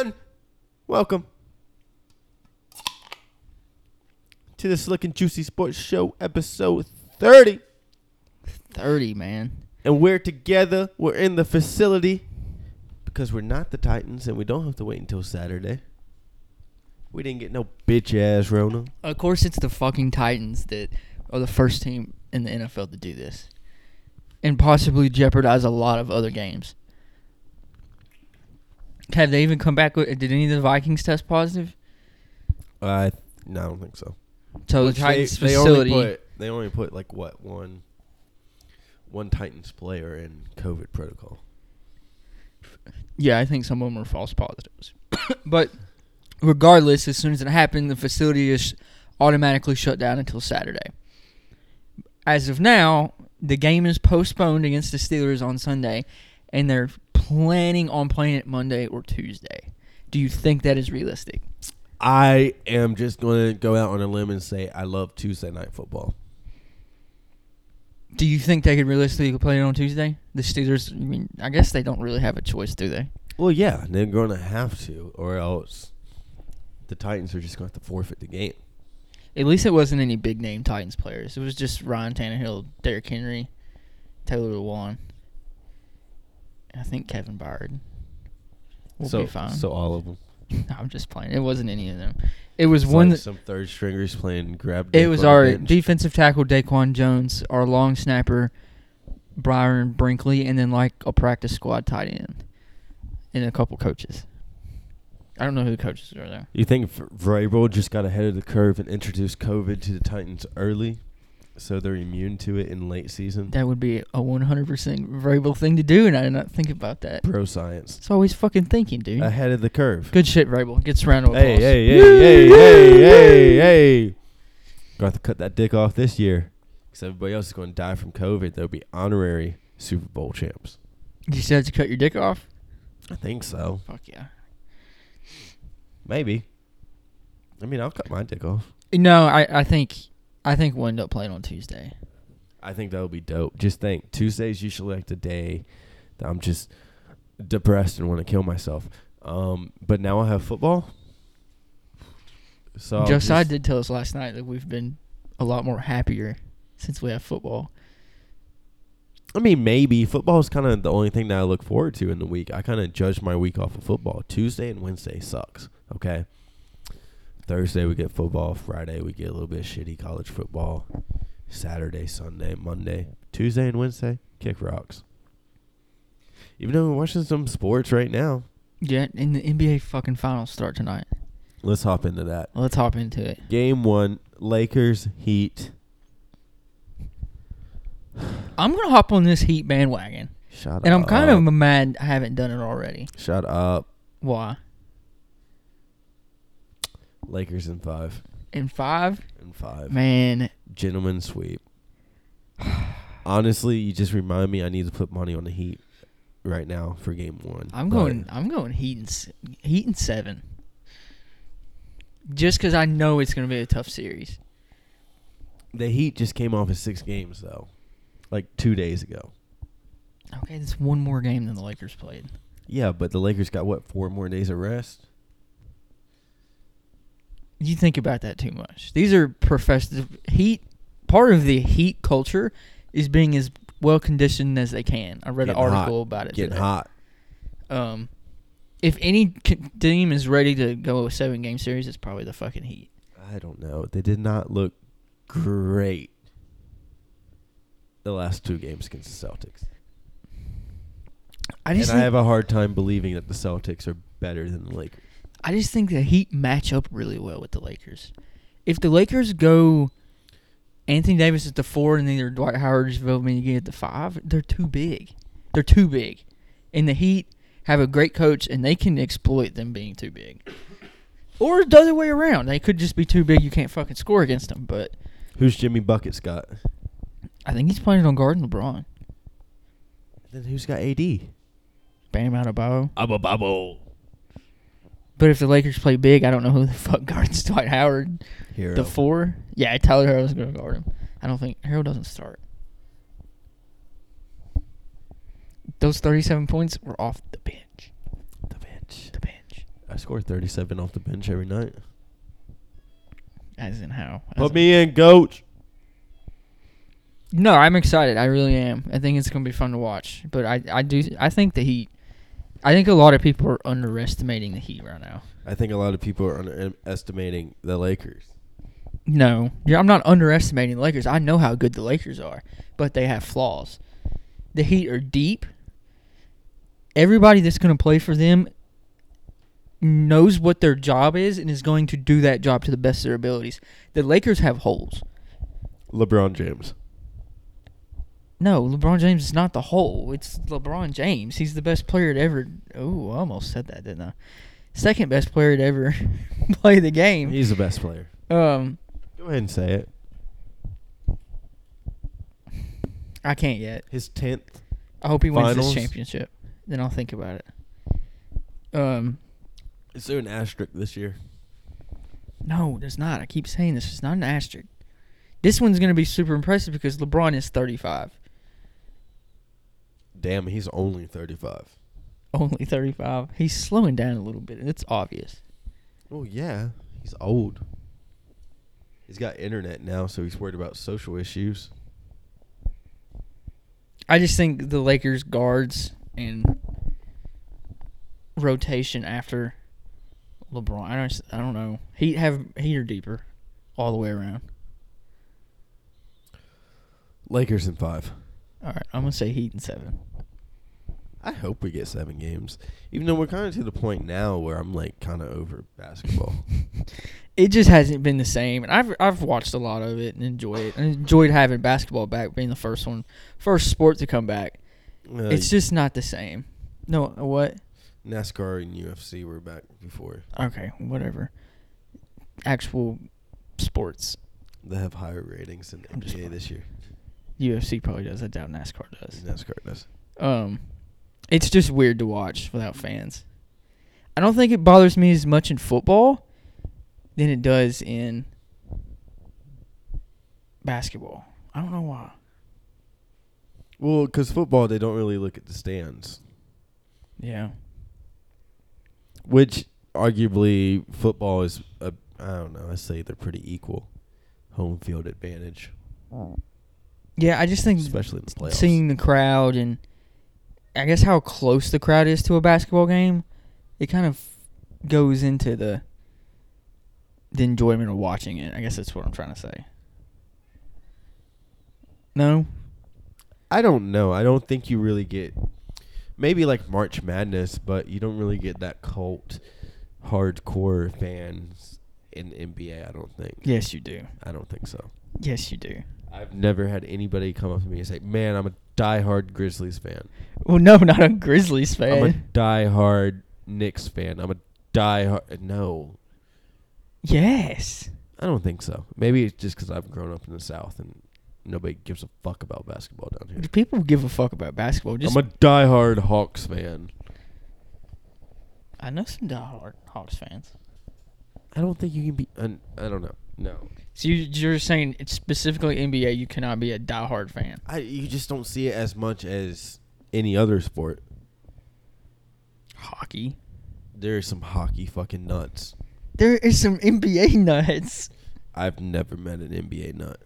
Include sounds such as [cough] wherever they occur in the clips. And welcome to the Slick and Juicy Sports Show, episode 30. 30, man. And we're together, we're in the facility because we're not the Titans and we don't have to wait until Saturday. We didn't get no bitch ass Rona. Of course, it's the fucking Titans that are the first team in the NFL to do this and possibly jeopardize a lot of other games. Have they even come back with. Did any of the Vikings test positive? I no, I don't think so. So Which the Titans they, facility. They only, put, they only put like what one, one Titans player in COVID protocol. Yeah, I think some of them are false positives. [coughs] but regardless, as soon as it happened, the facility is automatically shut down until Saturday. As of now, the game is postponed against the Steelers on Sunday, and they're planning on playing it Monday or Tuesday. Do you think that is realistic? I am just going to go out on a limb and say I love Tuesday night football. Do you think they could realistically play it on Tuesday? The Steelers, I mean, I guess they don't really have a choice, do they? Well, yeah, they're going to have to, or else the Titans are just going to have to forfeit the game. At least it wasn't any big name Titans players. It was just Ryan Tannehill, Derrick Henry, Taylor Lewan. and I think Kevin Byard. We'll so, be fine. so all of them. [laughs] No, I'm just playing. It wasn't any of them. It was one. that- some third stringers playing grab. it was our defensive tackle Daquan Jones, our long snapper Byron Brinkley, and then like a practice squad tight end, and a couple coaches. I don't know who the coaches are though. You think V- Vrabel just got ahead of the curve and introduced COVID to the Titans early, so they're immune to it in late season? That would be a 100% variable thing to do, and I did not think about that. Pro science. It's always fucking thinking, dude. ahead of the curve. Good shit, Vrabel. Gets a round of applause. Hey, hey, hey, hey, hey, hey, hey. Gonna have to cut that dick off this year. Because everybody else is going to die from COVID. They'll be honorary Super Bowl champs. You said to cut your dick off? I think so. Fuck yeah. Maybe. I mean, I'll cut my dick off. No, I, I think I think we'll end up playing on Tuesday. I think that would be dope. Just think Tuesday's usually like the day that I'm just depressed and want to kill myself. Um, but now I have football. So I'll Josiah just- did tell us last night that we've been a lot more happier since we have football. I mean, maybe football is kind of the only thing that I look forward to in the week. I kind of judge my week off of football. Tuesday and Wednesday sucks. Okay. Thursday we get football. Friday we get a little bit of shitty college football. Saturday, Sunday, Monday, Tuesday and Wednesday kick rocks. Even though we're watching some sports right now, Yeah, and the NBA fucking finals start tonight. let's hop into that. Let's hop into it. Game one, Lakers Heat. I'm gonna hop on this Heat bandwagon, Shut up. and I'm kind of mad I haven't done it already. shut up. Why? Lakers in five. In five, In five. man. gentleman sweep. Honestly, you just remind me I need to put money on the Heat right now for game one. I'm But going. I'm going Heat and s- Heat and seven. Just because I know it's gonna be a tough series. The Heat just came off of six games though, like two days ago. Okay, that's one more game than the Lakers played. Yeah, but the Lakers got what four more days of rest. You think about that too much. These are professional heat. Part of the heat culture is being as well conditioned as they can. I read Getting an hot. article about it. Getting today. hot. Um, if any c- team is ready to go a seven game series, it's probably the fucking Heat. I don't know. They did not look great. The last two games against the Celtics, I and just I think, have a hard time believing that the Celtics are better than the Lakers. I just think the Heat match up really well with the Lakers. If the Lakers go Anthony Davis at the four and either Dwight Howard or Javale McGee at the five, they're too big. They're too big. And the Heat have a great coach and they can exploit them being too big. Or the other way around. They could just be too big. You can't fucking score against them. But Who's Jimmy Buckets got? I think he's planning on guarding LeBron. Then who's got AD? Bam out of bio. Abba Babo. But if the Lakers play big, I don't know who the [laughs] fuck guards Dwight Howard. Hero. The four? Yeah, Tyler Harrell's gonna guard him. I don't think Harrell doesn't start. Those 37 points were off the bench. The bench. The bench. I score 37 off the bench every night. As in how? As Put in- me in, coach. No, I'm excited. I really am. I think it's gonna be fun to watch. But I, I do. I think the Heat. I think a lot of people are underestimating the Heat right now. I think a lot of people are underestimating the Lakers. No, yeah, I'm not underestimating the Lakers. I know how good the Lakers are, but they have flaws. The Heat are deep. Everybody that's going to play for them knows what their job is and is going to do that job to the best of their abilities. The Lakers have holes. LeBron James. No, LeBron James is not the hole. It's LeBron James. He's the best player to ever. Ooh, I almost said that, didn't I? Second best player to ever [laughs] play the game. He's the best player. um, Go ahead and say it. I can't yet. His 10th. I hope he wins Finals. this championship. Then I'll think about it. Um, Is there an asterisk this year? no, there's not. I keep saying this. It's not an asterisk. This one's gonna be super impressive because LeBron is 35, Damn, he's only 35. [laughs] only 35. He's slowing down a little bit, and it's obvious. Oh, yeah. He's old. He's got internet now, so he's worried about social issues. I just think the Lakers guards and rotation after LeBron. I don't. I don't know. He have he or deeper, all the way around. Lakers in five. All right, I'm gonna say Heat and seven. I hope we get seven games. Even though we're kind of to the point now where I'm like kind of over basketball. [laughs] it just hasn't been the same. And I've I've watched a lot of it and enjoyed it. I enjoyed having basketball back, being the first one, first sport to come back. Uh, it's just not the same. No, what? NASCAR and UFC were back before. Okay, whatever. Actual sports. They have higher ratings than I'm just NBA this year. UFC probably does. I doubt NASCAR does. NASCAR does. Um, it's just weird to watch without fans. I don't think it bothers me as much in football than it does in basketball. I don't know why. Well, because football, they don't really look at the stands, Yeah. which arguably football is. A, I don't know. I say they're pretty equal. Home field advantage, Yeah, I just think especially in the playoffs. seeing the crowd and I guess how close the crowd is to a basketball game, it kind of goes into the the enjoyment of watching it. I guess that's what I'm trying to say. No, I don't know. I don't think you really get maybe like March Madness, but you don't really get that cult hardcore fans in the NBA. I don't think. yes you do. I don't think so. Yes you do. I've never had anybody come up to me and say, "Man, I'm a diehard Grizzlies fan. Well, no, not a Grizzlies I'm a fan. diehard Knicks fan. I'm a diehard." No, yes. I don't think so. Maybe it's just because I've grown up in the South and nobody gives a fuck about basketball down here. People give a fuck about basketball. Just I'm a diehard Hawks fan. I know some diehard Hawks fans. I don't think you can be. An, I don't know. No, So you, you're saying it's specifically NBA, you cannot be a diehard fan. I. You just don't see it as much as any other sport. Hockey. There is some hockey fucking nuts. There is some NBA [laughs] nuts. I've never met an NBA nut.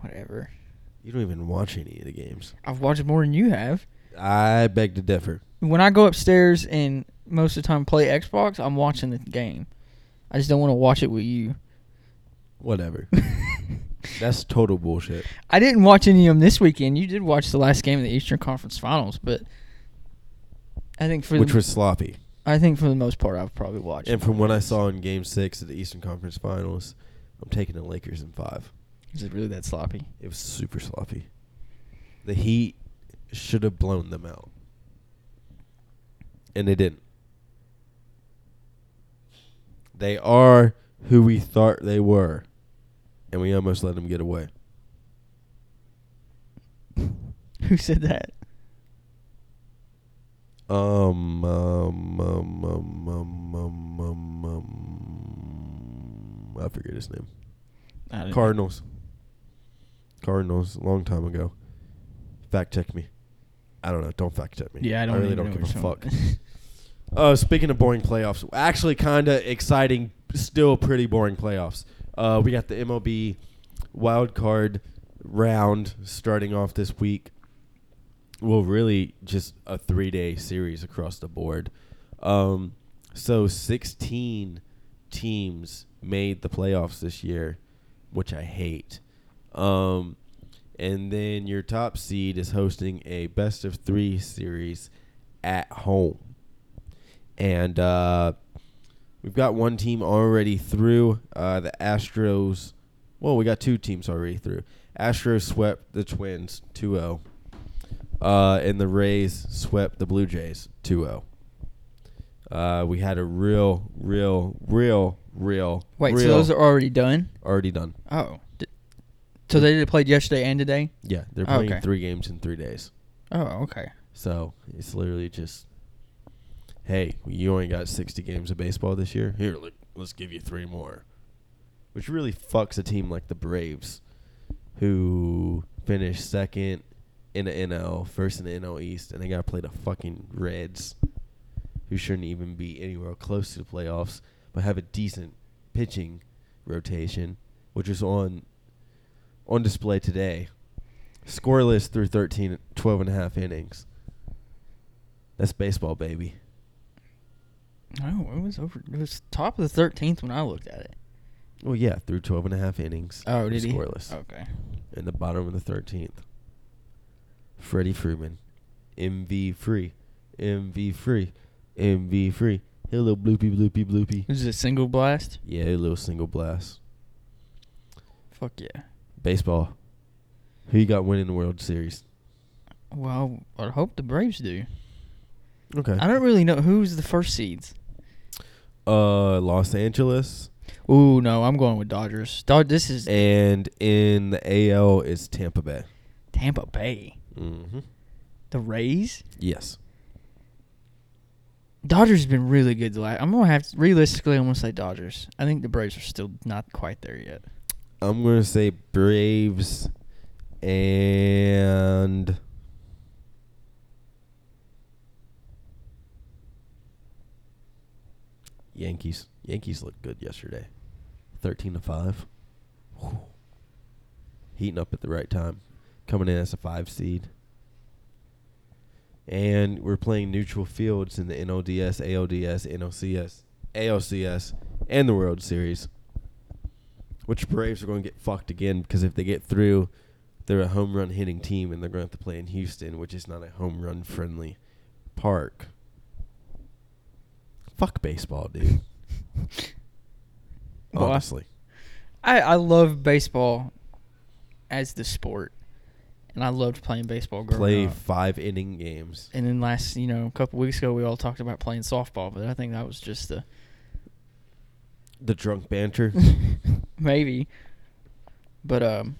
Whatever. You don't even watch any of the games. I've watched more than you have. I beg to differ. When I go upstairs and most of the time play Xbox, I'm watching the game. I just don't want to watch it with you. [laughs] [laughs] Whatever. That's total bullshit. I didn't watch any of them this weekend. You did watch the last game of the Eastern Conference Finals, but I think for Which the, was sloppy. I think for the most part, I've probably watched. And from what I saw in Game Six of the Eastern Conference Finals, I'm taking the Lakers in five. is it really that sloppy? [laughs] It was super sloppy. The Heat should have blown them out, and they didn't. They are who we thought they were, and we almost let them get away. Who said that? Um, um, um, um, um, um, um, um, I forget his name. I didn't- Cardinals. Cardinals, long time ago. Fact check me. I don't know. Don't fact check me. Yeah, I don't really even don't know give a what fuck. you're talking Uh, speaking of boring playoffs, actually, kind of exciting, still pretty boring playoffs. Uh, we got the MLB wild card round starting off this week. Well, really, just a three day series across the board. Um, so 16 teams made the playoffs this year, which I hate. Um, and then your top seed is hosting a best of three series at home and uh, we've got one team already through uh, the Astros. Well, we got two teams already through. Astros swept the Twins 2-0, uh, and the Rays swept the Blue Jays 2-0. Uh, we had a real, real, real, real, [laughs] Wait, real so those are already done? already done. Oh. D- So they played yesterday and today? Yeah, they're Oh, playing okay. three games in three days. Oh, okay. So it's literally just, hey, you only got 60 games of baseball this year. Here, look, let's give you three more. Which really fucks a team like the Braves, who finished second in the NL, first in the NL East, and they got to play the fucking Reds, who shouldn't even be anywhere close to the playoffs, but have a decent pitching rotation, which is on on display today. Scoreless through 13, 12 and a half innings. That's baseball, baby. Oh, it was over. It was top of the 13th when I looked at it. Well, yeah, through 12 and a half innings. Oh, did he? Scoreless. Okay. In the bottom of the 13th. Freddie Freeman. MV free. MV free. MV free. Hello, bloopy, bloopy, bloopy. This is a single blast? Yeah, a little single blast. Fuck yeah. Baseball. Who you got winning the World Series? Well, I hope the Braves do. Okay. I don't really know who's the first seeds. Uh, Los Angeles. Ooh, no, I'm going with Dodgers. Dod- this is And in the AL is Tampa Bay. Tampa Bay. Mm-hmm. The Rays? Yes. Dodgers have been really good. The last, I'm gonna have to, realistically, I'm gonna say Dodgers. I think the Braves are still not quite there yet. I'm gonna say Braves and Yankees. Yankees looked good yesterday. Thirteen to five. Whew. Heating up at the right time. Coming in as a five seed. And we're playing neutral fields in the NODS, AODS, NOCS, AOCS, and the World Series which Braves are going to get fucked again because if they get through, they're a home run hitting team and they're going to have to play in Houston, which is not a home run friendly park. Fuck baseball, dude. [laughs] Well, I- Honestly, I, I love baseball as the sport, and I loved playing baseball growing play up. five inning games. And then last, you know, a couple weeks ago, we all talked about playing softball, but I think that was [laughs] just the The drunk [laughs] banter. maybe. But um,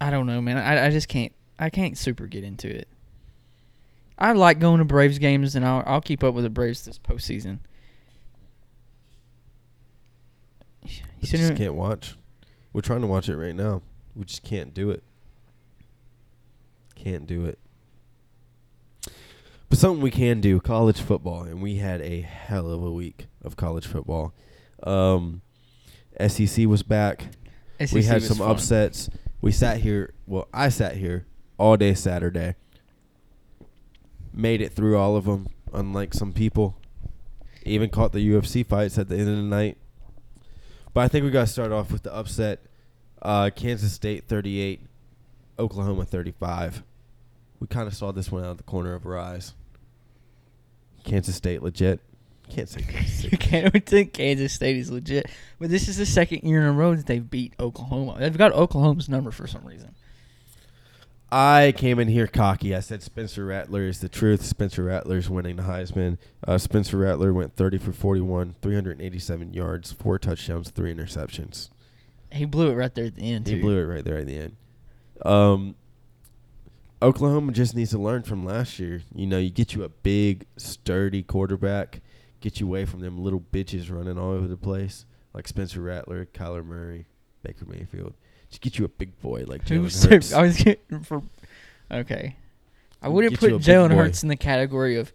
I don't know, man. I I just can't I can't super get into it. I like going to Braves games, and I'll I'll keep up with the Braves this postseason. You we sitting just there- can't watch. We're trying to watch it right now. We just can't do it. Can't do it. But something we can do, college football, and we had a hell of a week of college football. Um, SEC was back. we SEC had E was some fun. upsets. We sat here. Well, I sat here all day Saturday. Made it through all of them, unlike some people. Even caught the UFC fights at the end of the night. But I think we got to start off with the upset. Uh, Kansas State 38, Oklahoma 35. We kind of saw this one out of the corner of our eyes. Kansas State legit. Can't say Kansas you [laughs] State. can't think Kansas State is legit, but this is the second year in a row that they've beat Oklahoma. They've got Oklahoma's number for some reason. I came in here cocky. I said Spencer Rattler is the truth. Spencer Rattler's winning the Heisman. Uh, Spencer Rattler went 30 for 41, 387 yards, four touchdowns, three interceptions. He blew it right there at the end. He too. blew it right there at the end. Um, Oklahoma just needs to learn from last year. You know, you get you a big, sturdy quarterback, get you away from them little bitches running all over the place, like Spencer Rattler, Kyler Murray, Baker Mayfield. Just get you a big boy like Who Jalen said- Hurts. I was getting for okay. I wouldn't Get you put a big Jalen boy. Hurts in the category of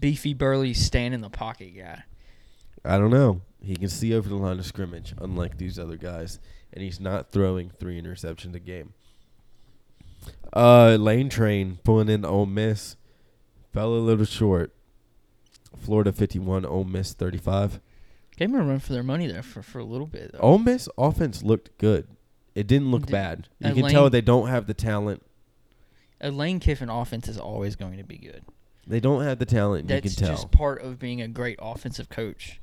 beefy, burly, stand in the pocket guy. I don't know. He can see over the line of scrimmage, unlike these other guys, and he's not throwing three interceptions a game. Uh, Lane Train pulling in Ole Miss, fell a little short. Florida fifty-one, Ole Miss thirty-five. Gave him a run for their money there for, for a little bit. Though. Ole Miss offense looked good. It didn't look Did- bad. You uh, can tell Lane- they don't have the talent. A Lane Kiffin offense is always going to be good. They don't have the talent. You That's can tell. just part of being a great offensive coach.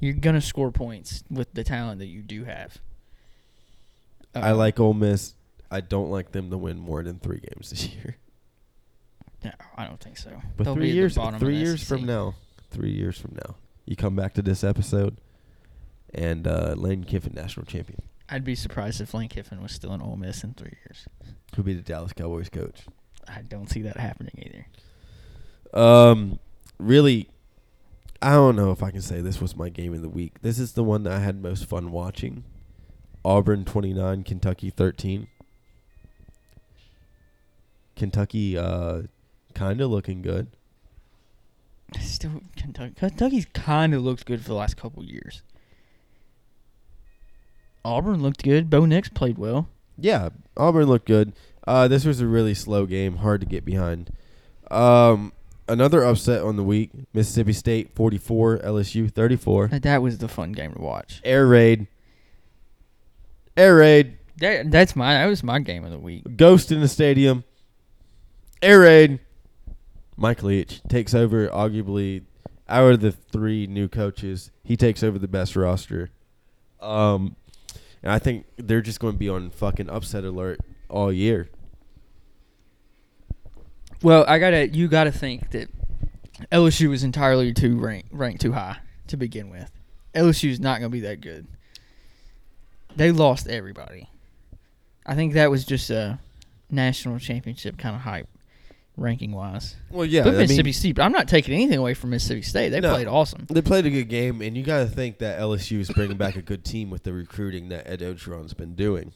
You're gonna score points with the talent that you do have. I Um, like Ole Miss. I don't like them to win more than three games this [laughs] year. No, I don't think so. But They'll be three at the years, bottom of three the E years from SEC. now, three years from now, you come back to this episode, and uh, Lane Kiffin national champion, I'd be surprised if Lane Kiffin was still in Ole Miss in three years. who'll be the Dallas Cowboys coach. I don't see that happening either. Um, really, I don't know if I can say this was my game of the week. This is the one that I had most fun watching. Auburn twenty nine, Kentucky thirteen. Kentucky, uh, kind of looking good. Still, Kentucky, Kentucky's kind of looked good for the last couple years. Auburn looked good. Bo Nix played well. Yeah, Auburn looked good. Uh, this was a really slow game, hard to get behind. Um, another upset on the week: Mississippi State forty-four, LSU thirty-four. That- That was the fun game to watch. Air raid. Air raid. That that's my that was my game of the week. Ghost in the stadium. Air raid. Mike Leach takes over, arguably, out of the three new coaches, he takes over the best roster. Um, and I think they're just going to be on fucking upset alert all year. Well, I gotta you gotta think that LSU was entirely too rank, ranked too high to begin with. LSU's not gonna be that good. They lost everybody. I think that was just a national championship kind of hype, ranking wise. Well, yeah, but Mississippi State, I'm not taking anything away from Mississippi State. They No. played awesome. They played a good game, and you got to think that LSU is bringing back a good team with the recruiting that Ed Ogeron's been doing.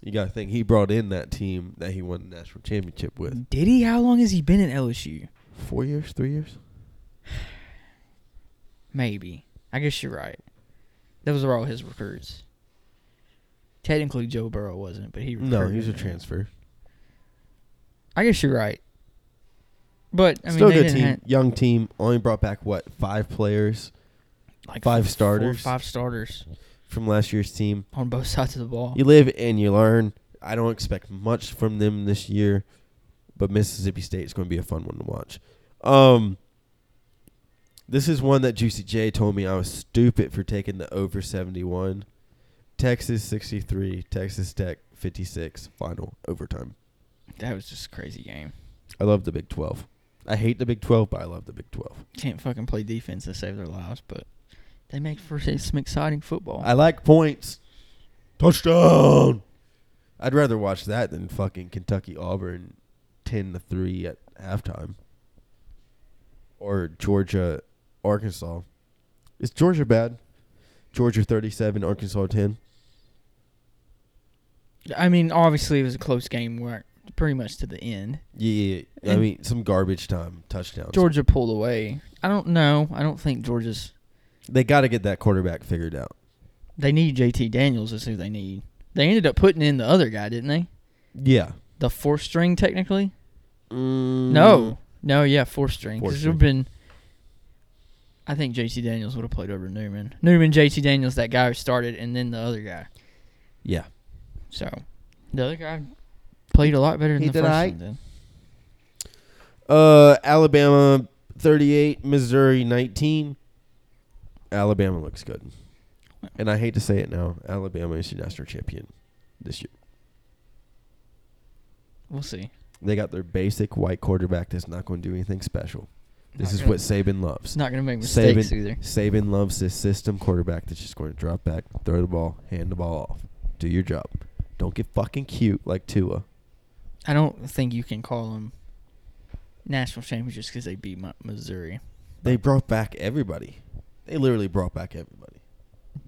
You got to think he brought in that team that he won the national championship with. Did he? How long has he been at LSU? Four years, three years. Maybe. I guess you're right. Those were all his recruits. Technically, Joe Burrow wasn't, but he No, recruited he's a them. transfer. I guess you're right. But I mean, Still a they good didn't team, have- young team. Only brought back what five players like five four- starters. five starters from last year's team. on both [laughs] sides of the ball. You live and you learn. I don't expect much from them this year, but Mississippi State is going to be a fun one to watch. Um, this is one that Juicy J told me I was stupid for taking the over 71. Texas 63, Texas Tech 56, final overtime. That was just a crazy game. I love the Big 12. I hate the Big 12, but I love the Big 12. Can't fucking play defense to save their lives, but they make for some exciting football. I like points. Touchdown. I'd rather watch that than fucking Kentucky Auburn 10 to 3 at halftime. Or Georgia Arkansas. Is Georgia bad? Georgia 37, Arkansas 10. I mean, obviously it was a close game, where pretty much to the end. Yeah, yeah, yeah. I And- mean, some garbage time touchdowns. Georgia pulled away. I don't know. I don't think Georgia's. They got to get that quarterback figured out. They need JT Daniels is who they need. They ended up putting in the other guy, didn't they? Yeah. The fourth string, technically. Mm, No, no, yeah, four string. Four Because there have string. been. I think JT Daniels would have played over Newman. Newman, JT Daniels, that guy who started, and then the other guy. Yeah. So, the other guy played a lot better than He the did first aight. one. Then. Uh, Alabama 38, Missouri 19. Alabama looks good. And I hate to say it now, Alabama is your national champion this year. We'll see. They got their basic white quarterback that's not going to do anything special. This Not is gonna- what Saban It's loves. not going to make Saban- mistakes either. Saban loves this system quarterback that's just going to drop back, throw the ball, hand the ball off. Do your job. Don't get fucking cute like Tua. I don't think you can call them national championships because they beat Mi- Missouri. They brought back everybody. They literally brought back everybody.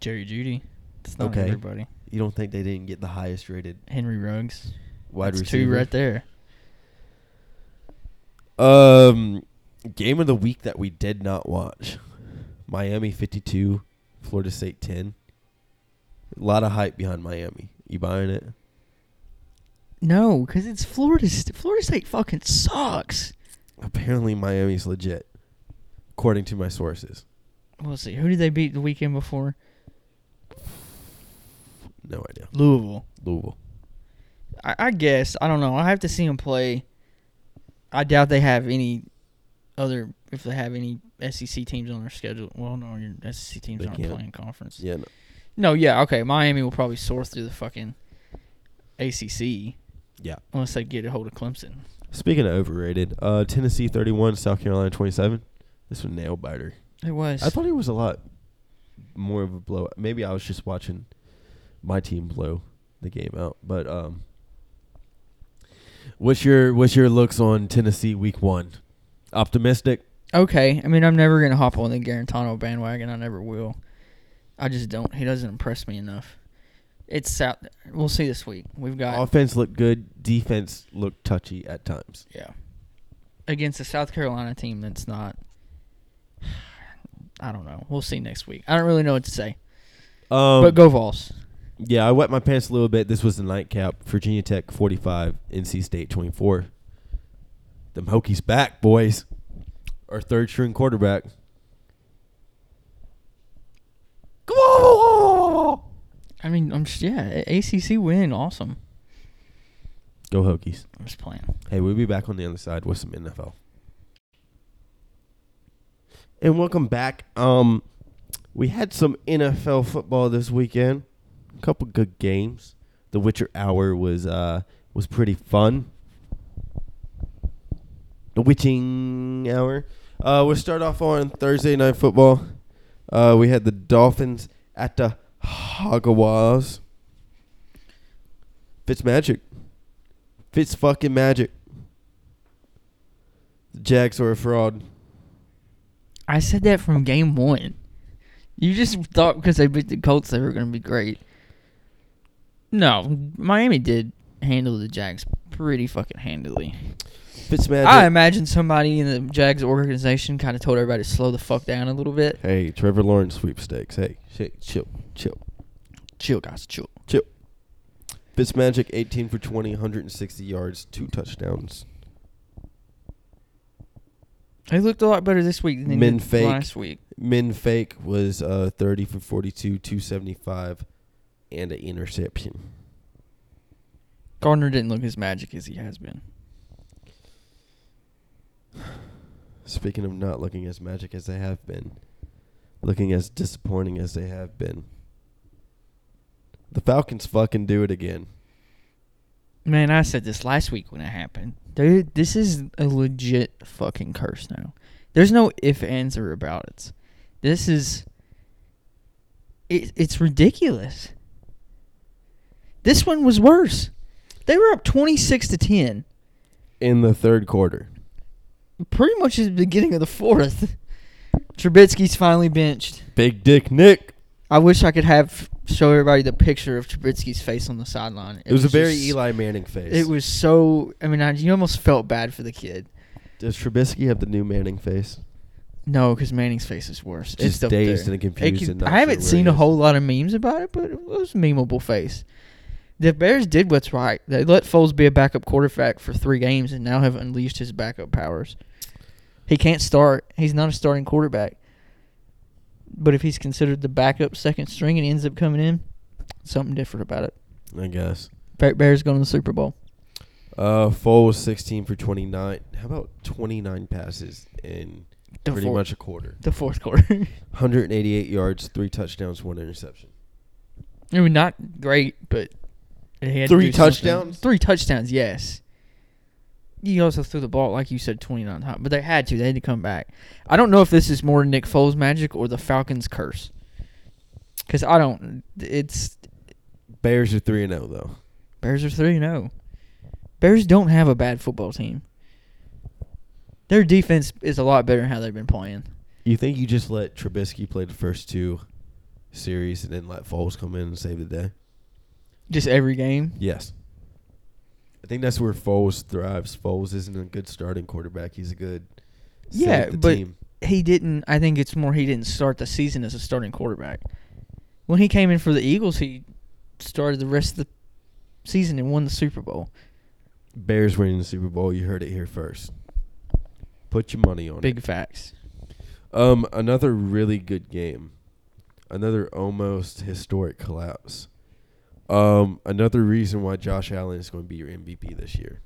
Jerry Judy. It's not Okay. everybody. You don't think they didn't get the highest rated Henry Ruggs. wide That's receiver? two right there. Um, game of the week that we did not watch: Miami fifty-two, Florida State ten. A lot of hype behind Miami. You buying it? No, because it's Florida. St- Florida State fucking sucks. Apparently, Miami's legit, according to my sources. Let's see. Who did they beat the weekend before? No idea. Louisville. Louisville. I, I guess. I don't know. I have to see them play. I doubt they have any other. If they have any SEC teams on their schedule. Well, no, your SEC teams They aren't can't. playing conference. Yeah. No. No, yeah, okay. Miami will probably soar through the fucking ACC Yeah. unless they get a hold of Clemson. Speaking of overrated, uh, Tennessee thirty-one, South Carolina twenty-seven. This was a nail biter. It was. I thought it was a lot more of a blowout. Maybe I was just watching my team blow the game out. But um, what's your what's your looks on Tennessee Week One? Optimistic. okay, I mean, I'm never gonna hop on the Garantano bandwagon. I never will. I just don't. He doesn't impress me enough. It's South. We'll see this week. We've got Offense looked good. Defense looked touchy at times. yeah against a South Carolina team that's not. [sighs] I don't know. We'll see next week. I don't really know what to say. Um, but go Vols. Yeah, I wet my pants a little bit. This was the nightcap. Virginia Tech 45, NC State 24. Them Hokies back, boys. Our third string quarterback. Come on! I mean, I'm just, yeah. A- ACC win, awesome. Go Hokies. I'm just playing. Hey, we'll be back on the other side with some NFL. And welcome back. Um, we had some NFL football this weekend. A couple good games. The Witcher Hour was uh was pretty fun. The Witching Hour. Uh, we'll start off on Thursday night football. Uh, we had the Dolphins at the Hagawas. Fitz Magic. Fitz fucking magic. The Jags are a fraud. I said that from game one. You just thought because they beat the Colts they were going to be great. No, Miami did handle the Jags pretty fucking handily. Fitz magic. I imagine somebody in the Jags organization kind of told everybody to slow the fuck down a little bit. hey, Trevor Lawrence sweepstakes. Hey, shit, chill, chill, Chill, guys, chill. chill. Fitz magic, 18 for 20, 160 yards, two touchdowns. They looked a lot better this week than they Men did fake. last week. Min fake was uh, 30 for 42, 275, and an interception. Gardner didn't look as magic as he has been. Speaking of not looking as magic as they have been, looking as disappointing as they have been, the Falcons fucking do it again. Man, I said this last week when it happened. Dude, this is a legit fucking curse now. There's no if, ands, or about it. This is. It, it's ridiculous. This one was worse. They were up 26 to 10, in the third quarter. pretty much at the beginning of the fourth. Trubisky's finally benched. Big Dick Nick. I wish I could have show everybody the picture of Trubisky's face on the sideline. It, was, a very just- Eli Manning face. It was so. I mean, I, you almost felt bad for the kid. Does Trubisky have the new Manning face? No, because Manning's face is worse. Just it's up dazed there. and It confused can- and not I haven't sure where seen he a is. whole lot of memes about it, but it was a memeable face. The Bears did what's right. They let Foles be a backup quarterback for three games and now have unleashed his backup powers. He can't start. He's not a starting quarterback. But if he's considered the backup second string and he ends up coming in, something different about it. I guess. Ba- Bears going to the Super Bowl. Uh, Foles sixteen for twenty nine. How about twenty nine passes in The pretty four- much a quarter? The fourth quarter. [laughs] One hundred and eighty eight yards, three touchdowns, one interception. I mean, not great, but he had to Three do something. touchdowns? Three touchdowns, yes. He also threw the ball, like you said, twenty nine times, but they had to. They had to come back. I don't know if this is more Nick Foles' magic or the Falcons' curse, because I don't. It's Bears are three and zero though. Bears are three zero. Bears don't have a bad football team. Their defense is a lot better than how they've been playing. You think you just let Trubisky play the first two series and then let Foles come in and save the day? Just every game. Yes. I think that's where Foles thrives. Foles isn't a good starting quarterback. He's a good Yeah, save the but team. he didn't. I think it's more he didn't start the season as a starting quarterback. When he came in for the Eagles, he started the rest of the season and won the Super Bowl. Bears winning the Super Bowl. You heard it here first. Put your money on Big it. facts. Um, another really good game. Another almost historic collapse. Um, another reason why Josh Allen is going to be your MVP this year.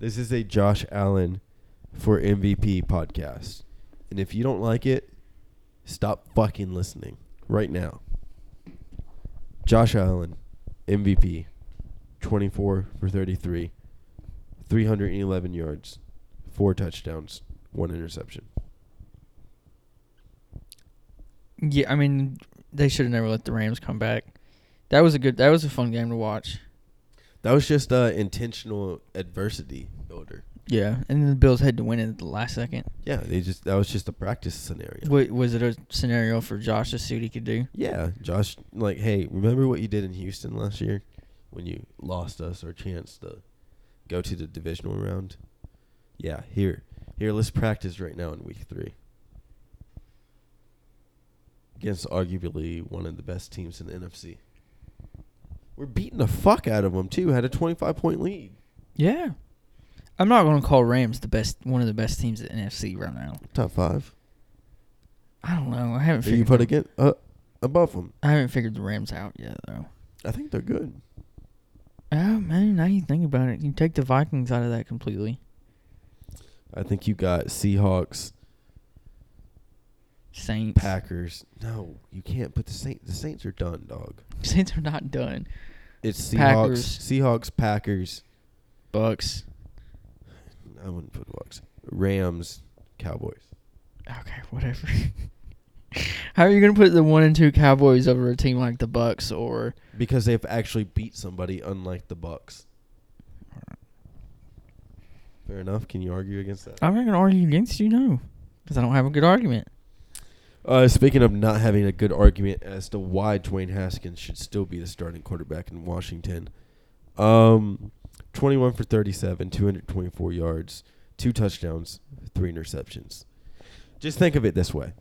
This is a Josh Allen for MVP podcast. And if you don't like it, stop fucking listening right now. Josh Allen, MVP, 24 for 33, 311 yards, four touchdowns, one interception. Yeah, I mean, they should have never let the Rams come back. That was a good. That was a fun game to watch. That was just uh, intentional adversity builder. Yeah, and then the Bills had to win it at the last second. Yeah, they just that was just a practice scenario. Wa- was it a scenario for Josh to see what he could do? Yeah, Josh. Like, hey, remember what you did in Houston last year when you lost us our chance to go to the divisional round? Yeah, here, here, let's practice right now in week three against arguably one of the best teams in the NFC. We're beating the fuck out of them too. Had a twenty-five point lead. Yeah, I'm not going to call Rams the best, one of the best teams at NFC right now. Top five. I don't know. I haven't. Who you Figured put the- again uh, above them? I haven't figured the Rams out yet, though. I think they're good. Oh man, now you think about it, you take the Vikings out of that completely. I think you got Seahawks, Saints. Packers. No, you can't put the Saints. The Saints are done, dog. [laughs] Saints are not done. It's Seahawks, Packers. Seahawks, Packers. Bucks. I wouldn't put Bucks. Rams, Cowboys. Okay, whatever. [laughs] How are you gonna put the one and two Cowboys over a team like the Bucks or? Because they've actually beat somebody, unlike the Bucks. Fair enough. Can you argue against that? I'm not gonna argue against you, no, because I don't have a good argument. Uh, speaking of not having a good argument as to why Dwayne Haskins should still be the starting quarterback in Washington, um, 21 for 37, 224 yards, two touchdowns, three interceptions. Just think of it this way.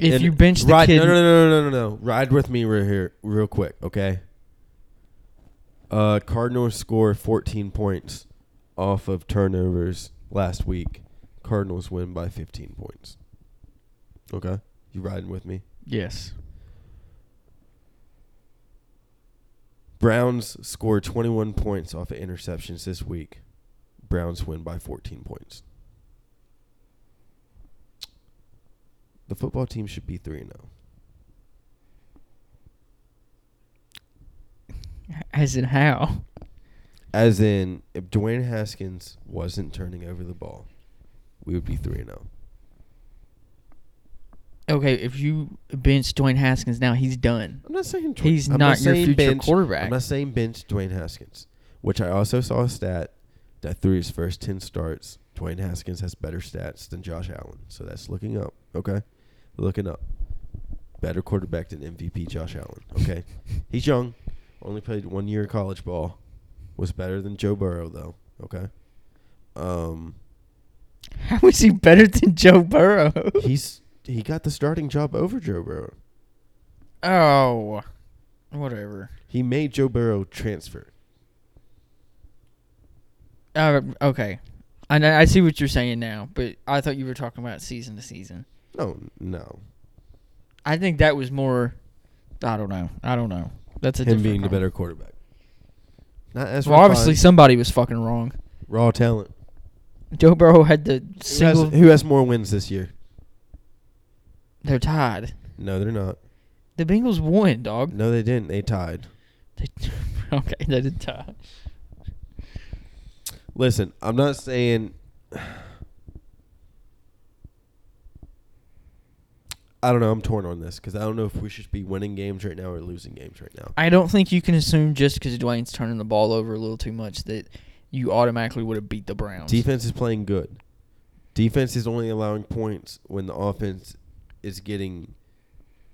If And you bench the ride, kid, no, no, no, no, no, no, no. Ride with me right here, real quick, okay? Uh, Cardinals score 14 points off of turnovers last week. Cardinals win by 15 points. Okay, you riding with me? yes, Browns score 21 points off of interceptions this week. Browns win by 14 points. The football team should be oh. 3 0. as in how? As in, if Dwayne Haskins wasn't turning over the ball, we would be oh. 3 0. Okay, if you bench Dwayne Haskins now, he's done. I'm not saying Dwayne- He's I'm not your saying future bench- quarterback. I'm not saying bench Dwayne Haskins, which I also saw a stat that through his first 10 starts, Dwayne Haskins has better stats than Josh Allen. So that's looking up, okay? Looking up. Better quarterback than MVP Josh Allen, [laughs] okay? He's young, only played one year of college ball, was better than Joe Burrow, though, okay? Um, [laughs] How is he better than Joe Burrow? he's he got the starting job over Joe Burrow. oh, whatever. He made Joe Burrow transfer. Uh, okay. I know, I see what you're saying now, but I thought you were talking about season to season. No, no. I think that was more. I don't know. I don't know. That's a Him different being the call. better quarterback. Not as Well, obviously refined, somebody was fucking wrong. raw talent. Joe Burrow had the Who has, single. who has more wins this year? They're tied. No, they're not. The Bengals won, dog. No, they didn't. They tied. They, [laughs] okay, they did tie. Listen, I'm not saying. I don't know. I'm torn on this because I don't know if we should be winning games right now or losing games right now. I don't think you can assume just because Dwayne's turning the ball over a little too much that you automatically would have beat the Browns. Defense is playing good. Defense is only allowing points when the offense is getting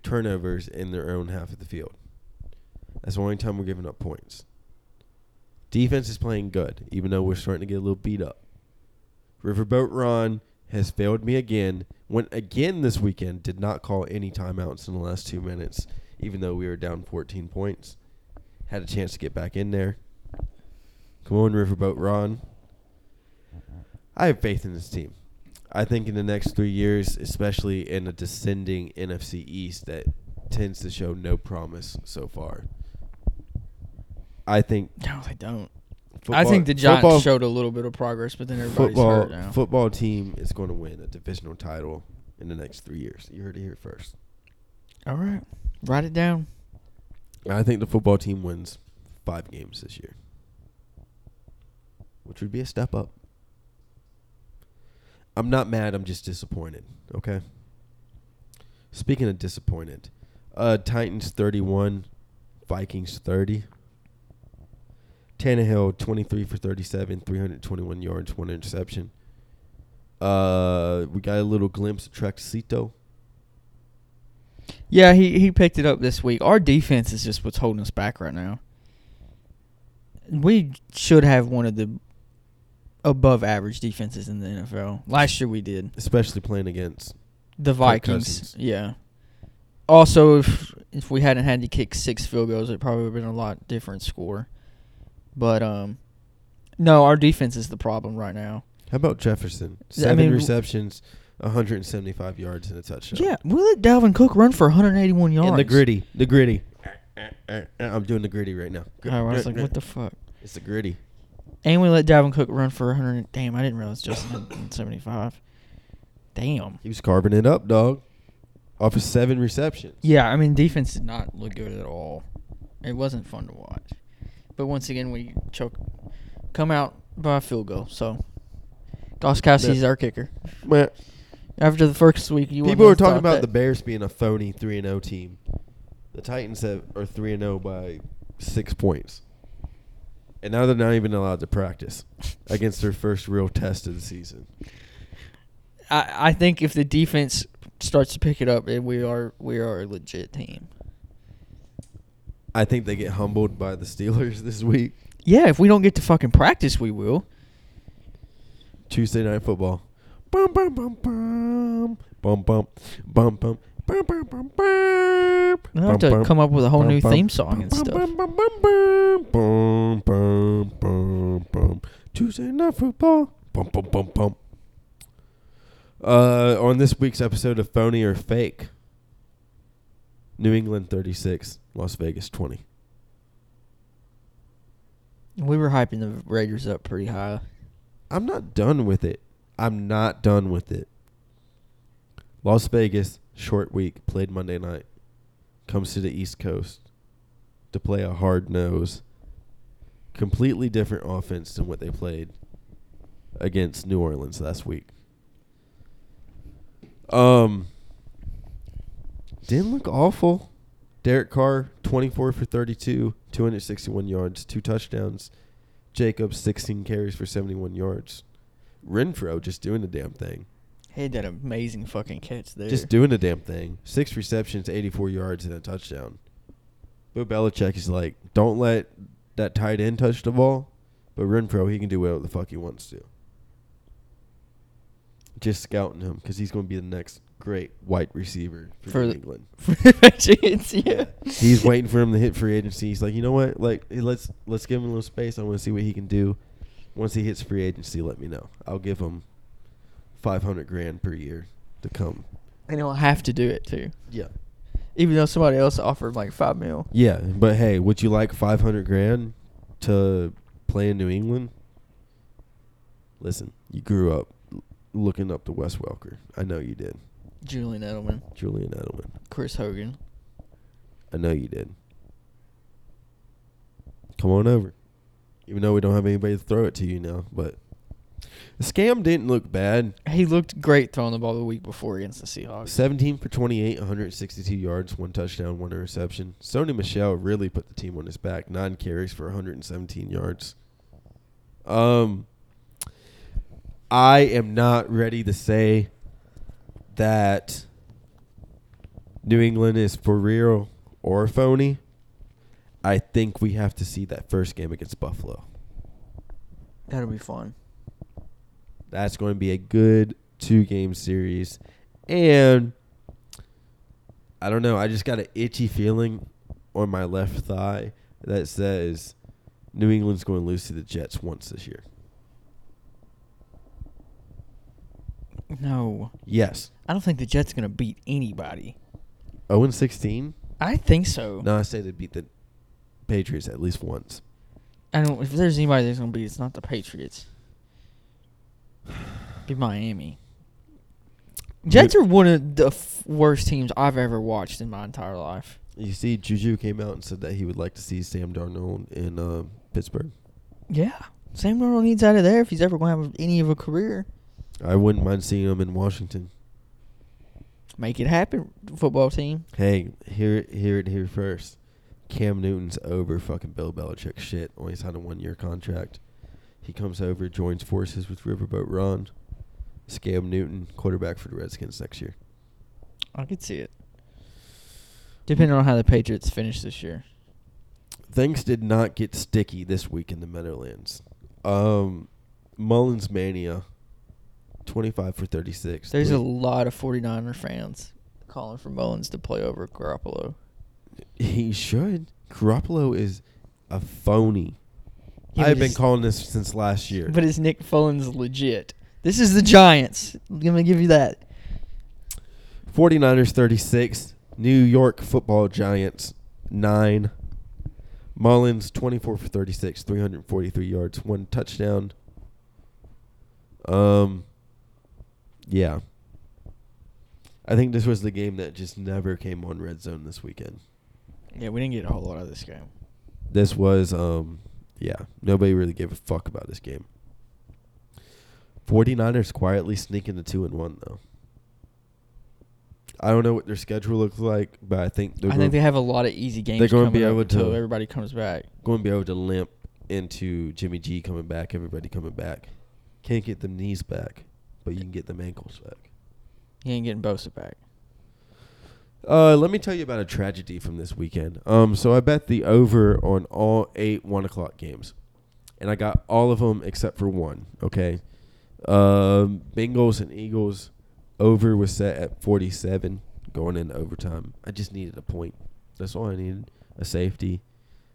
turnovers in their own half of the field. That's the only time we're giving up points. Defense is playing good, even though we're starting to get a little beat up. Riverboat Ron has failed me again. Went again this weekend, did not call any timeouts in the last two minutes, even though we were down 14 points. Had a chance to get back in there. Come on, Riverboat Ron. I have faith in this team. I think in the next three years, especially in a descending NFC East that tends to show no promise so far, I think No, they don't. football, I think the Giants football- showed a little bit of progress, but then everybody's hurt football now. football team is going to win a divisional title in the next three years. You heard it here first. All right, write it down. I think the football team wins five games this year, which would be a step up. I'm not mad. I'm just disappointed. Okay. Speaking of disappointed, uh, Titans 31, Vikings 30. Tannehill 23 for 37, 321 yards, one interception. Uh, we got a little glimpse of Trexito. Yeah, he he picked it up this week. Our defense is just what's holding us back right now. We should have one of the above average defenses in the NFL. Last year we did. especially playing against The Vikings. Cousins. Yeah. Also, if if we hadn't had to kick six field goals, it probably would have been a lot different score. But um, no, our defense is the problem right now. How about Jefferson? Yeah, I Seven mean- receptions, 175 yards, and a touchdown. Yeah, we let Dalvin Cook run for 181 yards. And the gritty. The gritty. Uh, I'm doing the gritty right now. I was like, what the fuck? It's the gritty. And we let Dalvin Cook run for 100. Damn, I didn't realize Justin had 175. Damn. He was carving it up, dog. Off of seven receptions. Yeah, I mean, defense did not look good at all. It wasn't fun to watch. But once again, we choke, come out by a field goal. So, Goskowski's Yeah. our kicker. Meh. After the first week, you wouldn't People are have talking thought about that- the Bears being a phony 3 and 0 team. The Titans have, are 3 and 0 by six points. And now they're not even allowed to practice against their first real test of the season. I, I think if the defense starts to pick it up, eh, we are we are a legit team. I think they get humbled by the Steelers [laughs] this week. Yeah, if we don't get to fucking practice, we will. Tuesday night football. Bum bum bum bum bum bum bum bum bum bum bum bum. We'll have to Bum, bum, come up with a whole bum, new bum, theme song bum, and bum, stuff. Bum bum bum bum bum bum bum bum. Tuesday night football. Bum bum bum bum. Uh, on this week's episode of Phony or Fake, New England 36, Las Vegas 20. We were hyping the Raiders up pretty high. I'm not done with it. I'm not done with it. Las Vegas, short week, played Monday night. Comes to the East Coast to play a hard nose. Completely different offense than what they played against New Orleans last week. Um didn't look awful. Derek Carr, 24 for 32, 261 yards, two touchdowns. Jacobs, 16 carries for 71 yards. Renfro just doing the damn thing. He had that amazing fucking catch there. Just doing the damn thing. Six receptions, 84 yards, and a touchdown. Bill Belichick is like, don't let that tight end touch the ball, but Renfro, he can do whatever the fuck he wants to. Just scouting him because he's going to be the next great white receiver for, For New [laughs] the- England. for the Patriots, [laughs] yeah. He's waiting for him to hit free agency. He's like, you know what? Like, hey, let's let's give him a little space. I want to see what he can do. Once he hits free agency, let me know. I'll give him five hundred grand per year to come. And he'll have to do it too. Yeah, Even though somebody else offered like five mil. yeah. But hey, would you like five hundred grand to play in New England? Listen, you grew up l- looking up to Wes Welker. I know you did, Julian Edelman, Julian Edelman. Chris Hogan. I know you did. Come on over. Even though we don't have anybody to throw it to you now, but the scam didn't look bad. He looked great throwing the ball the week before against the Seahawks. 17 for 28, 162 yards, one touchdown, one interception. Sony Michelle really put the team on his back. Nine carries for 117 yards. Um, I am not ready to say that New England is for real or phony. I think we have to see that first game against Buffalo. That'll be fun. That's going to be a good two game series. And I don't know. I just got an itchy feeling on my left thigh that says New England's going to lose to the Jets once this year. No, Yes. I don't think the Jets gonna beat anybody. 0 and 16? I think so. No, I say they beat the Patriots at least once. I don't. If there's anybody that's gonna beat, it's not the Patriots. Be Miami. Jets Ju- are one of the f- worst teams I've ever watched in my entire life. You see, Juju came out and said that he would like to see Sam Darnold in uh, Pittsburgh. Yeah, Sam Darnold needs out of there if he's ever gonna have any of a career. I wouldn't mind seeing him in Washington. Make it happen, football team. Hey, hear it, hear it here first. Cam Newton's over fucking Bill Belichick shit. Only signed a one year contract. He comes over, joins forces with Riverboat Ron. Scam Newton, quarterback for the Redskins next year. I could see it. Depending on how the Patriots finish this year. Things did not get sticky this week in the Meadowlands. Um, Mullins Mania, 25 for 36. There's three- a lot of 49er fans calling for Mullins to play over Garoppolo. He should. Garoppolo is a phony. Yeah, I've but been it's- calling this since last year. But is Nick Mullins legit? This is the Giants. I'm going to give you that. 49ers 36, New York Football Giants 9. Mullins 24 for 36, 343 yards, one touchdown. Um yeah. I think this was the game that just never came on red zone this weekend. Yeah, we didn't get a whole lot of this game. This was um yeah, nobody really gave a fuck about this game. 49ers quietly sneaking the 2 and 1 though. I don't know what their schedule looks like, but I think they're I gonna- think they have a lot of easy games they're gonna be coming up able to- until everybody comes back. going to be able to limp into Jimmy G coming back, everybody coming back. Can't get them knees back, but you can get them ankles back. He ain't getting Bosa back. Uh, let me tell you about a tragedy from this weekend. Um, so I bet the over on all eight one o'clock games, and I got all of them except for one. Okay, um, Bengals and Eagles over was set at forty-seven going into overtime. I just needed a point. That's all I needed: a safety,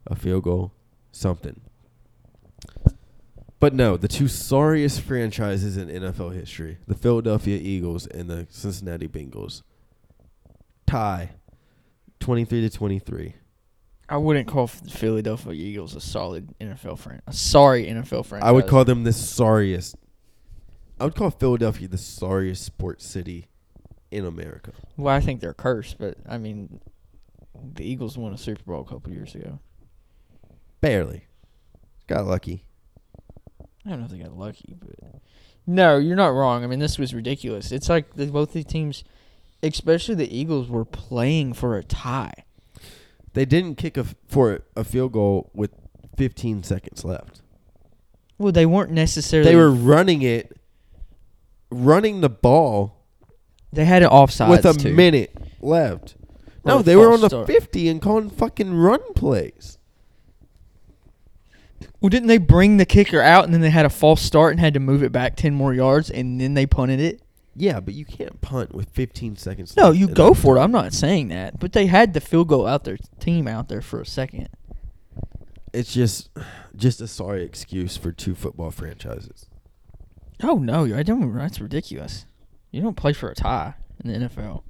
a field goal, something. But no, the two sorriest franchises in NFL history: the Philadelphia Eagles and the Cincinnati Bengals tie 23 to 23 I wouldn't call the Philadelphia Eagles a solid NFL friend. A sorry NFL friend. i would call them the sorriest i would call philadelphia the sorriest sports city in america Well, I think they're cursed, but I mean, the Eagles won a Super Bowl a couple years ago. barely got lucky I don't know if they got lucky, but no, you're not wrong. I mean, this was ridiculous. It's like the, both these teams, especially the Eagles, were playing for a tie. they didn't kick a f- for a field goal with 15 seconds left Well, they weren't necessarily. they were running it running the ball They had an offside with a minute left Or no a they were false on the start. 50 and calling fucking run plays Well, didn't they bring the kicker out and then they had a false start and had to move it back ten more yards and then they punted it? yeah but you can't punt with 15 seconds No, left you in go overtime. for it. I'm not saying that, but they had the field goal out their team out there for a second. it's just just a sorry excuse for two football franchises. Oh no, I don't. That's ridiculous. You don't play for a tie in the NFL.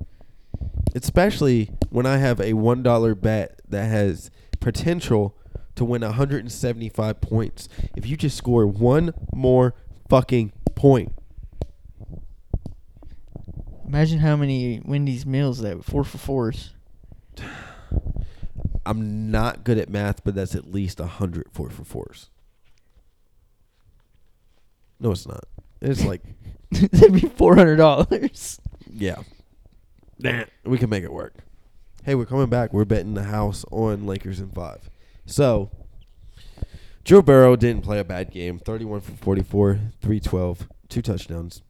Especially when I have a one dollar bet that has potential to win 175 points. If you just score one more fucking point, Imagine how many Wendy's meals that four for fours. [laughs] I'm not good at math, but that's at least 100 four for fours. No, it's not. It's like, [laughs] That'd be four hundred dollars. yeah, Nah, we can make it work. Hey, we're coming back. We're betting the house on Lakers in five. So, Joe Burrow didn't play a bad game. 31 for 44, 312, two touchdowns.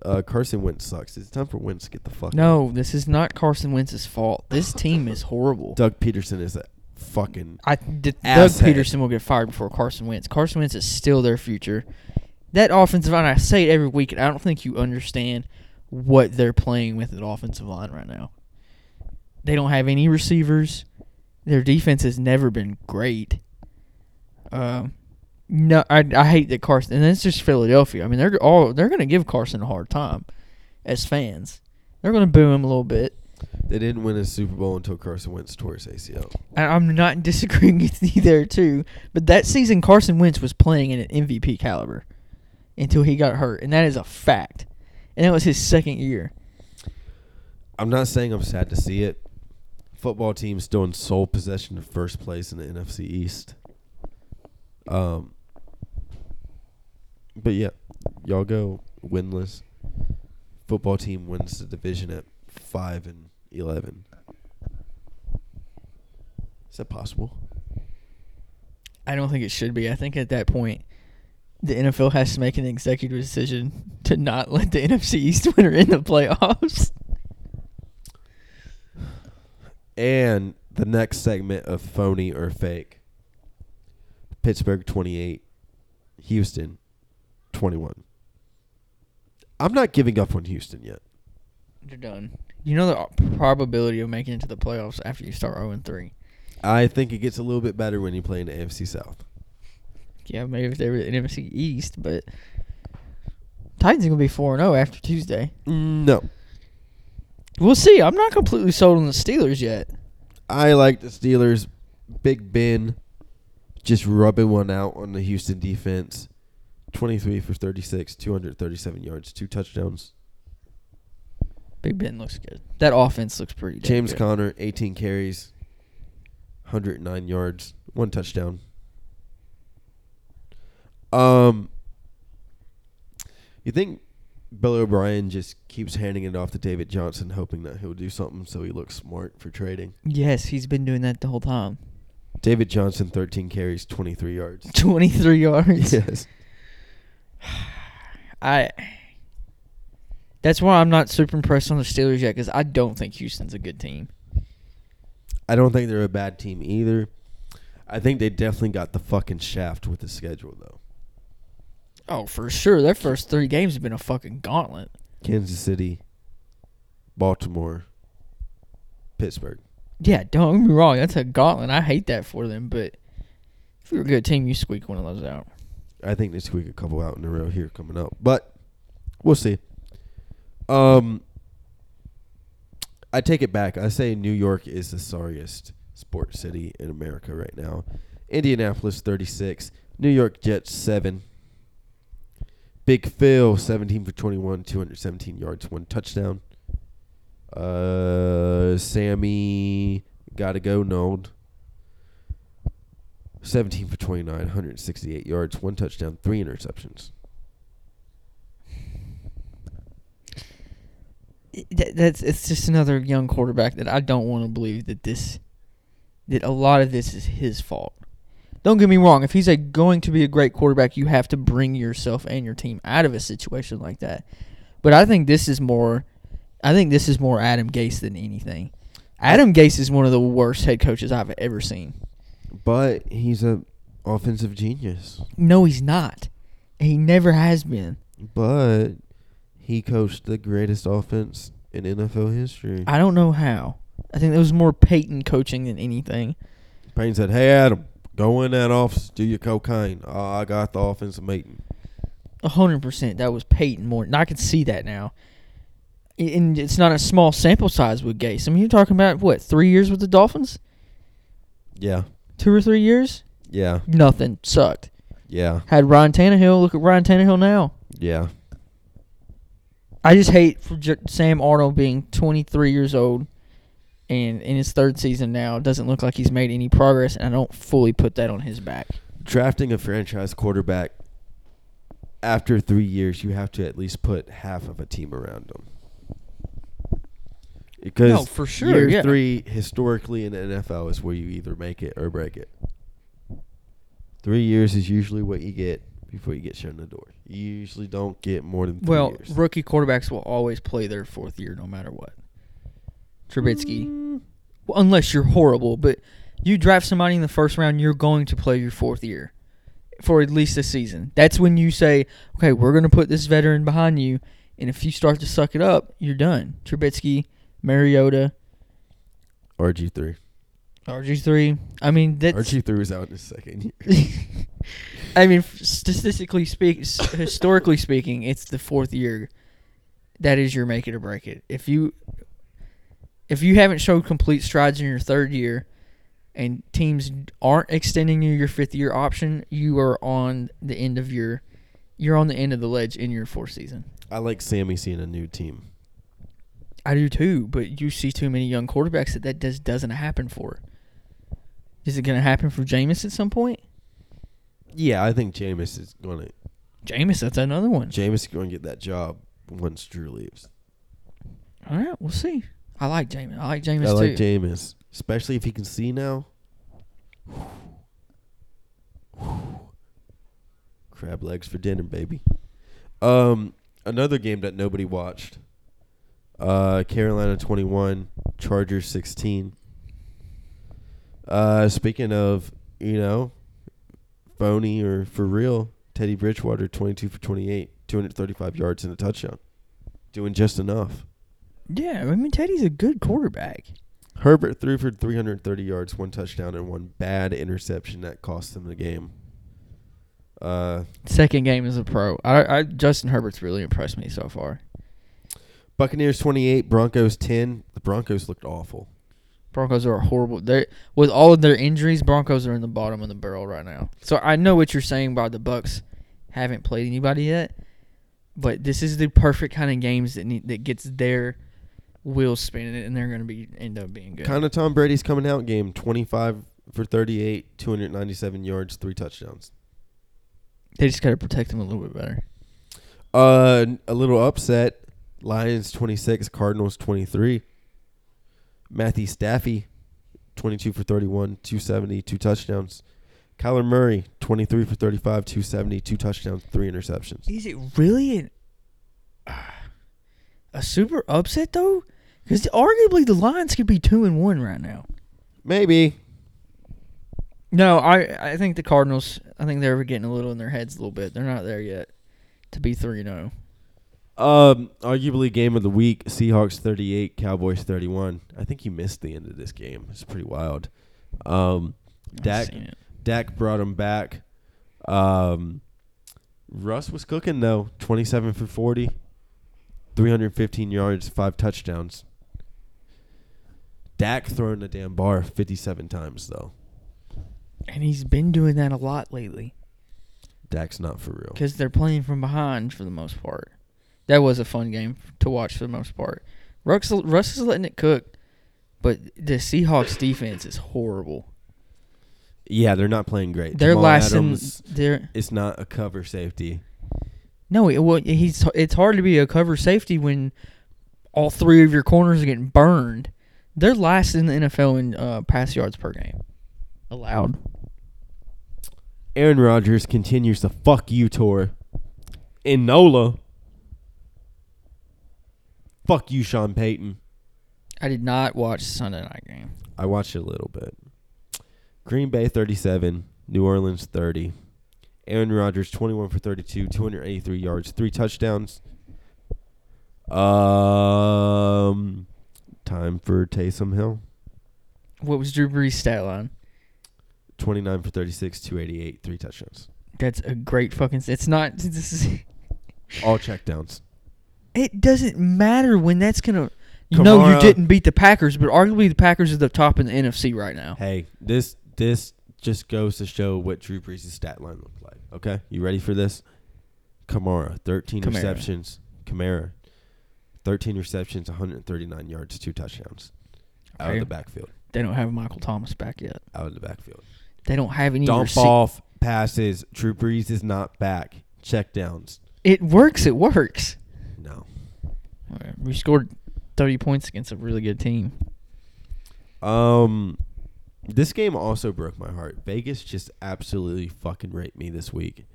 Uh, Carson Wentz sucks. It's time for Wentz to get the fuck out. No, this is not Carson Wentz's fault. This team is horrible. Doug Peterson is a fucking I d- Doug Ass head. Peterson will get fired before Carson Wentz. Carson Wentz is still their future. That offensive line, I say it every week, and I don't think you understand what they're playing with at offensive line right now. They don't have any receivers. Their defense has never been great. Um, no, I, I hate that Carson, and it's just Philadelphia. I mean, they're all they're going to give Carson a hard time as fans. They're going to boo him a little bit. They didn't win a Super Bowl until Carson Wentz tore his ACL. I- I'm not [laughs] disagreeing with you there too, but that season Carson Wentz was playing at an MVP caliber until he got hurt, and that is a fact. And that was his second year. I'm not saying I'm sad to see it. Football team still in sole possession of first place in the NFC East. Um, but yeah, y'all go winless. Football team wins the division at five and eleven. Is that possible? I don't think it should be. I think at that point, the NFL has to make an executive decision [laughs] to not let the NFC East [laughs] winner in the playoffs. And the next segment of phony or fake. Pittsburgh 28, Houston 21. I'm not giving up on Houston yet. They're done. You know the o- probability of making it to the playoffs after you start 0 3. I think it gets a little bit better when you play in the AFC South. Yeah, maybe if they were the NFC East, but Titans are gonna be four zero after Tuesday. No. We'll see. I'm not completely sold on the Steelers yet. I like the Steelers. Big Ben just rubbing one out on the Houston defense. 23 for 36, 237 yards, two touchdowns. Big Ben looks good. That offense looks pretty. damn James good. Conner, 18 carries, 109 yards, one touchdown. Um, you think Bill O'Brien just keeps handing it off to David Johnson, hoping that he'll do something so he looks smart for trading? Yes, he's been doing that the whole time. [laughs] David Johnson, 13 carries, 23 yards. Twenty three yards. yes. I. That's why I'm not super impressed on the Steelers yet because I don't think Houston's a good team. [laughs] I don't think they're a bad team either. I think they definitely got the fucking shaft with the schedule, though. Oh, for sure. Their first three games have been a fucking gauntlet. Kansas City, Baltimore, Pittsburgh. Yeah, don't get me wrong. That's a gauntlet. I hate that for them, but if you're a good team, you squeak one of those out. I think they squeak a couple out in a row here coming up, but we'll see. Um, I take it back. I say New York is the sorriest sports city in America right now. Indianapolis 36, New York Jets 7. Big Phil 17 for 21, 217 yards, one touchdown. Uh, Sammy gotta go Nold. 17 for 29, 168 yards, one touchdown, three interceptions. that, that's it's just another young quarterback that I don't want to believe that this that a lot of this is his fault. Don't get me wrong, if he's a, going to be a great quarterback, you have to bring yourself and your team out of a situation like that. But I think this is more I think this is more Adam Gase than anything. Adam Gase is one of the worst head coaches I've ever seen. But he's a offensive genius. No, he's not. He never has been. But he coached the greatest offense in NFL history. I don't know how. I think that was more Peyton coaching than anything. Payne said, "Hey Adam, go in that office, do your cocaine. Oh, I got the offensive meeting." A hundred percent. That was Peyton Morton. I can see that now. And- And it's not a small sample size with Gase. I mean, you're talking about what three years with the Dolphins? Yeah, Two or three years? yeah, Nothing sucked. yeah, Had Ryan Tannehill. Look at Ryan Tannehill now. yeah. I just hate for J- Sam Arnold being 23 years old and in his third season now doesn't look like he's made any progress. And I don't fully put that on his back. Drafting a franchise quarterback after three years, you have to at least put half of a team around him. Because No, for sure, year yeah. three historically in the NFL is where you either make it or break it. Three years is usually what you get before you get shown the door. You usually don't get more than three Well, years. rookie quarterbacks will always play their Mm. fourth year no matter what. Trubisky. Well, unless you're horrible, but You draft somebody in the first round, you're going to play your fourth year for at least a season. That's when you say, okay, we're going to put this veteran behind you, and if you start to suck it up, you're done. Trubisky, Mariota, RG three. RG three. I mean, that's RG three was out in his second year. [laughs] I mean, f- statistically speak, s- historically speaking, it's the fourth year that is your make it or break it. If you if you haven't showed complete strides in your third year, and teams aren't extending you your fifth year option, you are on the end of your you're on the end of the ledge in your fourth season. I like Sammy seeing a new team. I do too, but you see too many young quarterbacks that that just doesn't happen for. Is it going to happen for Jameis at some point? Yeah, I think Jameis is gonna Jameis, that's another one. Jameis is gonna get that job once Drew leaves. All right, we'll see. I like Jameis. I like Jameis I like too. Jameis, especially if he can see now. Crab legs for dinner, baby. Um, another game that nobody watched. Uh, Carolina twenty-one, Chargers sixteen. Uh, speaking of, you know, phony or for real, Teddy Bridgewater twenty-two for twenty-eight, two hundred thirty-five yards and a touchdown, doing just enough. yeah, I mean Teddy's a good quarterback. Herbert threw for 330 yards, one touchdown, and one bad interception that cost them the game. Uh, Second game as a pro. I, I Justin Herbert's really impressed me so far. Buccaneers 28, Broncos 10. The Broncos looked awful. Broncos are horrible. They with all of their injuries, Broncos are in the bottom of the barrel right now. So I know what you're saying about the Bucks haven't played anybody yet, but this is the perfect kind of games that need, that gets their wheels spinning and they're going to be end up being good. Kind of Tom Brady's coming out game 25 for 38, 297 yards, three touchdowns. They just got to protect them a little bit better. Uh, a little upset Lions 26, Cardinals 23. Matthew Staffy 22 for 31, 270, two touchdowns. Kyler Murray 23 for 35, 270, two touchdowns, three interceptions. Is it really an, uh, a super upset though? Because arguably the Lions could be two and one right now. Maybe. No, I I think the Cardinals. I think they're getting a little in their heads a little bit. They're not there yet to be three oh. zero. Um, arguably game of the week: Seahawks thirty-eight, Cowboys thirty-one. I think you missed the end of this game. It's pretty wild. Um, Dak seen it. Dak brought him back. Um, Russ was cooking though. Twenty-seven for forty, three hundred fifteen yards, five touchdowns. Dak throwing the damn bar fifty-seven times though. and he's been doing that a lot lately Dak's not for real. because they're playing from behind for the most part. That was a fun game to watch for the most part. Russ Russ is letting it cook, but the Seahawks defense is horrible. Yeah, they're not playing great. They're Jamal lasting. Adams They're is not a cover safety. No, it, well, he's it's hard to be a cover safety when all three of your corners are getting burned. They're last in the NFL in uh, pass yards per game allowed. Aaron Rodgers continues the fuck you tour in NOLA. Fuck you, Sean Payton. I did not watch the Sunday night game. I watched a little bit. Green Bay 37, New Orleans 30. Aaron Rodgers 21 for 32, 283 yards, three touchdowns. Um, time for Taysom Hill. What was Drew Brees' stat line? 29 for 36, 288, three touchdowns. That's a great fucking. It's not. This is. All checkdowns. It doesn't matter when that's gonna. You know you Kamara. didn't beat the Packers, but arguably the Packers are the top in the NFC right now. Hey, this this just goes to show what Drew Brees' stat line looked like. Okay, you ready for this? Kamara, thirteen Kamara. receptions. Kamara, thirteen receptions, 139 yards, two touchdowns. Out Okay. of the backfield. They don't have Michael Thomas back yet. Out of the backfield. They don't have any. Dump rece- off passes. Drew Brees is not back. Checkdowns. It works. It works. No. Alright, We scored 30 points against a really good team. Um, this game also broke my heart. Vegas just absolutely fucking raped me this week.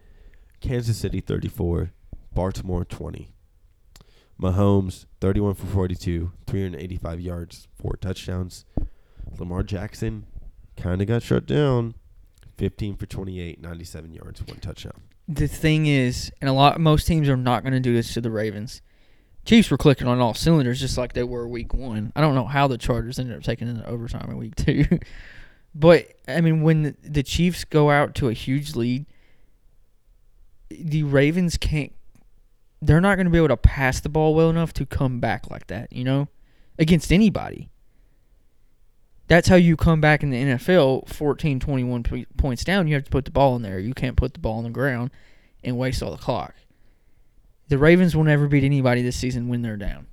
Kansas City 34, Baltimore 20. Mahomes 31 for 42, 385 yards, four touchdowns. Lamar Jackson Kind of got shut down. 15 for 28, 97 yards, one touchdown. The thing is, and a lot most teams are not going to do this to the Ravens. Chiefs were clicking on all cylinders just like they were week one. I don't know how the Chargers ended up taking it in overtime in week [laughs] two. but I mean when the, the Chiefs go out to a huge lead, the Ravens can't they're not going to be able to pass the ball well enough to come back like that, you know? Against anybody. That's how you come back in the NFL 14 21 p- points down, you have to put the ball in there. You can't put the ball on the ground and waste all the clock. The Ravens will never beat anybody this season when they're down.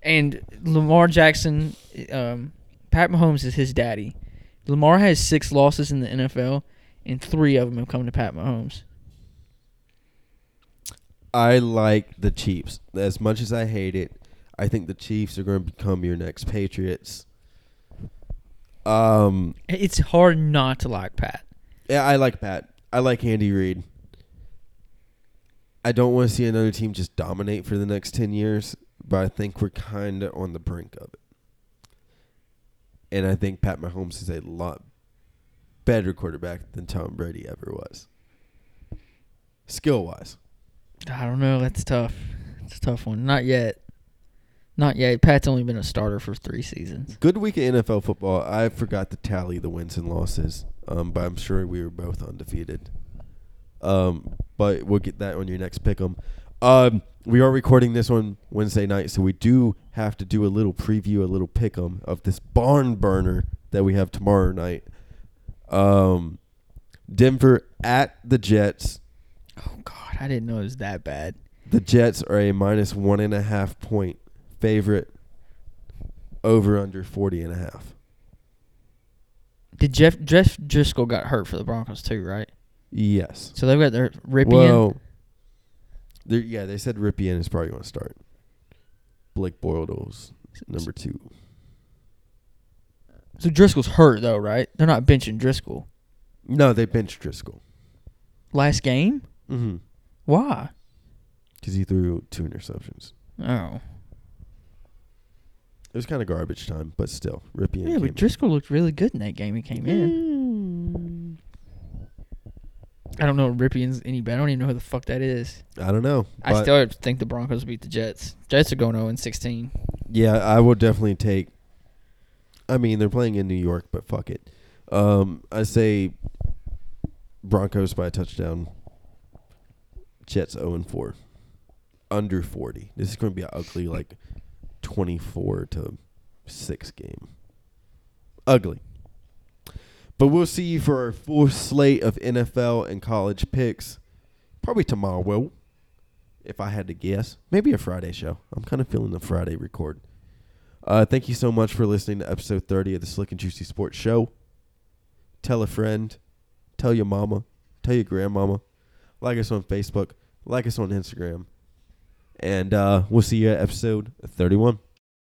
And Lamar Jackson, um, Pat Mahomes is his daddy. Lamar has six losses in the NFL, and three of them have come to Pat Mahomes. I like the Chiefs. As much as I hate it, I think the Chiefs are going to become your next Patriots. Um, It's hard not to like Pat. yeah, I like Pat. I like Andy Reid. I don't want to see another team just dominate for the next 10 years, but I think we're kind of on the brink of it. And I think Pat Mahomes is a lot better quarterback than Tom Brady ever was. Skill wise. I don't know. That's tough. It's a tough one. Not yet. Not yet. Pat's only been a starter for three seasons. Good week of NFL football. I forgot to tally the wins and losses, um, but I'm sure we were both undefeated. Um, but we'll get that on your next pick 'em. Um, we are recording this on Wednesday night, so we do have to do a little preview, a little pick 'em of this barn burner that we have tomorrow night. Um, Denver at the Jets. Oh God, I didn't know it was that bad. The Jets are a minus one and a half point favorite over under 40 and a half. Did Jeff Jeff Driscoll got hurt for the Broncos too, right? Yes. So they've got their Ripien. Well, they're- yeah, they said Ripien is probably going to start. Blake Bortles, number two. So Driscoll's hurt though, right? They're not benching Driscoll. No, they benched Driscoll. Last game? Mm-hmm. Why? Because he threw two interceptions. Oh. It was kind of garbage time, but still, Ripien. Yeah, came but Driscoll looked really good in that game he came in. in. I don't know if Ripien's any better. I don't even know who the fuck that is. I don't know. I but still think the Broncos beat the Jets. Jets are going 0 16. yeah, I will definitely take. I mean, they're playing in New York, but fuck it. Um, I say Broncos by a touchdown. Jets 0 and 4. Under 40. This is going to be an ugly, like 24 to 6 game. Ugly. But we'll see you for our full slate of NFL and college picks probably tomorrow, if I had to guess. Maybe a Friday show. I'm kind of feeling the Friday record. Uh, thank you so much for listening to episode 30 of the Slick and Juicy Sports Show. Tell a friend, tell your mama, tell your grandmama. Like us on Facebook, like us on Instagram. And uh, we'll see you at episode 31.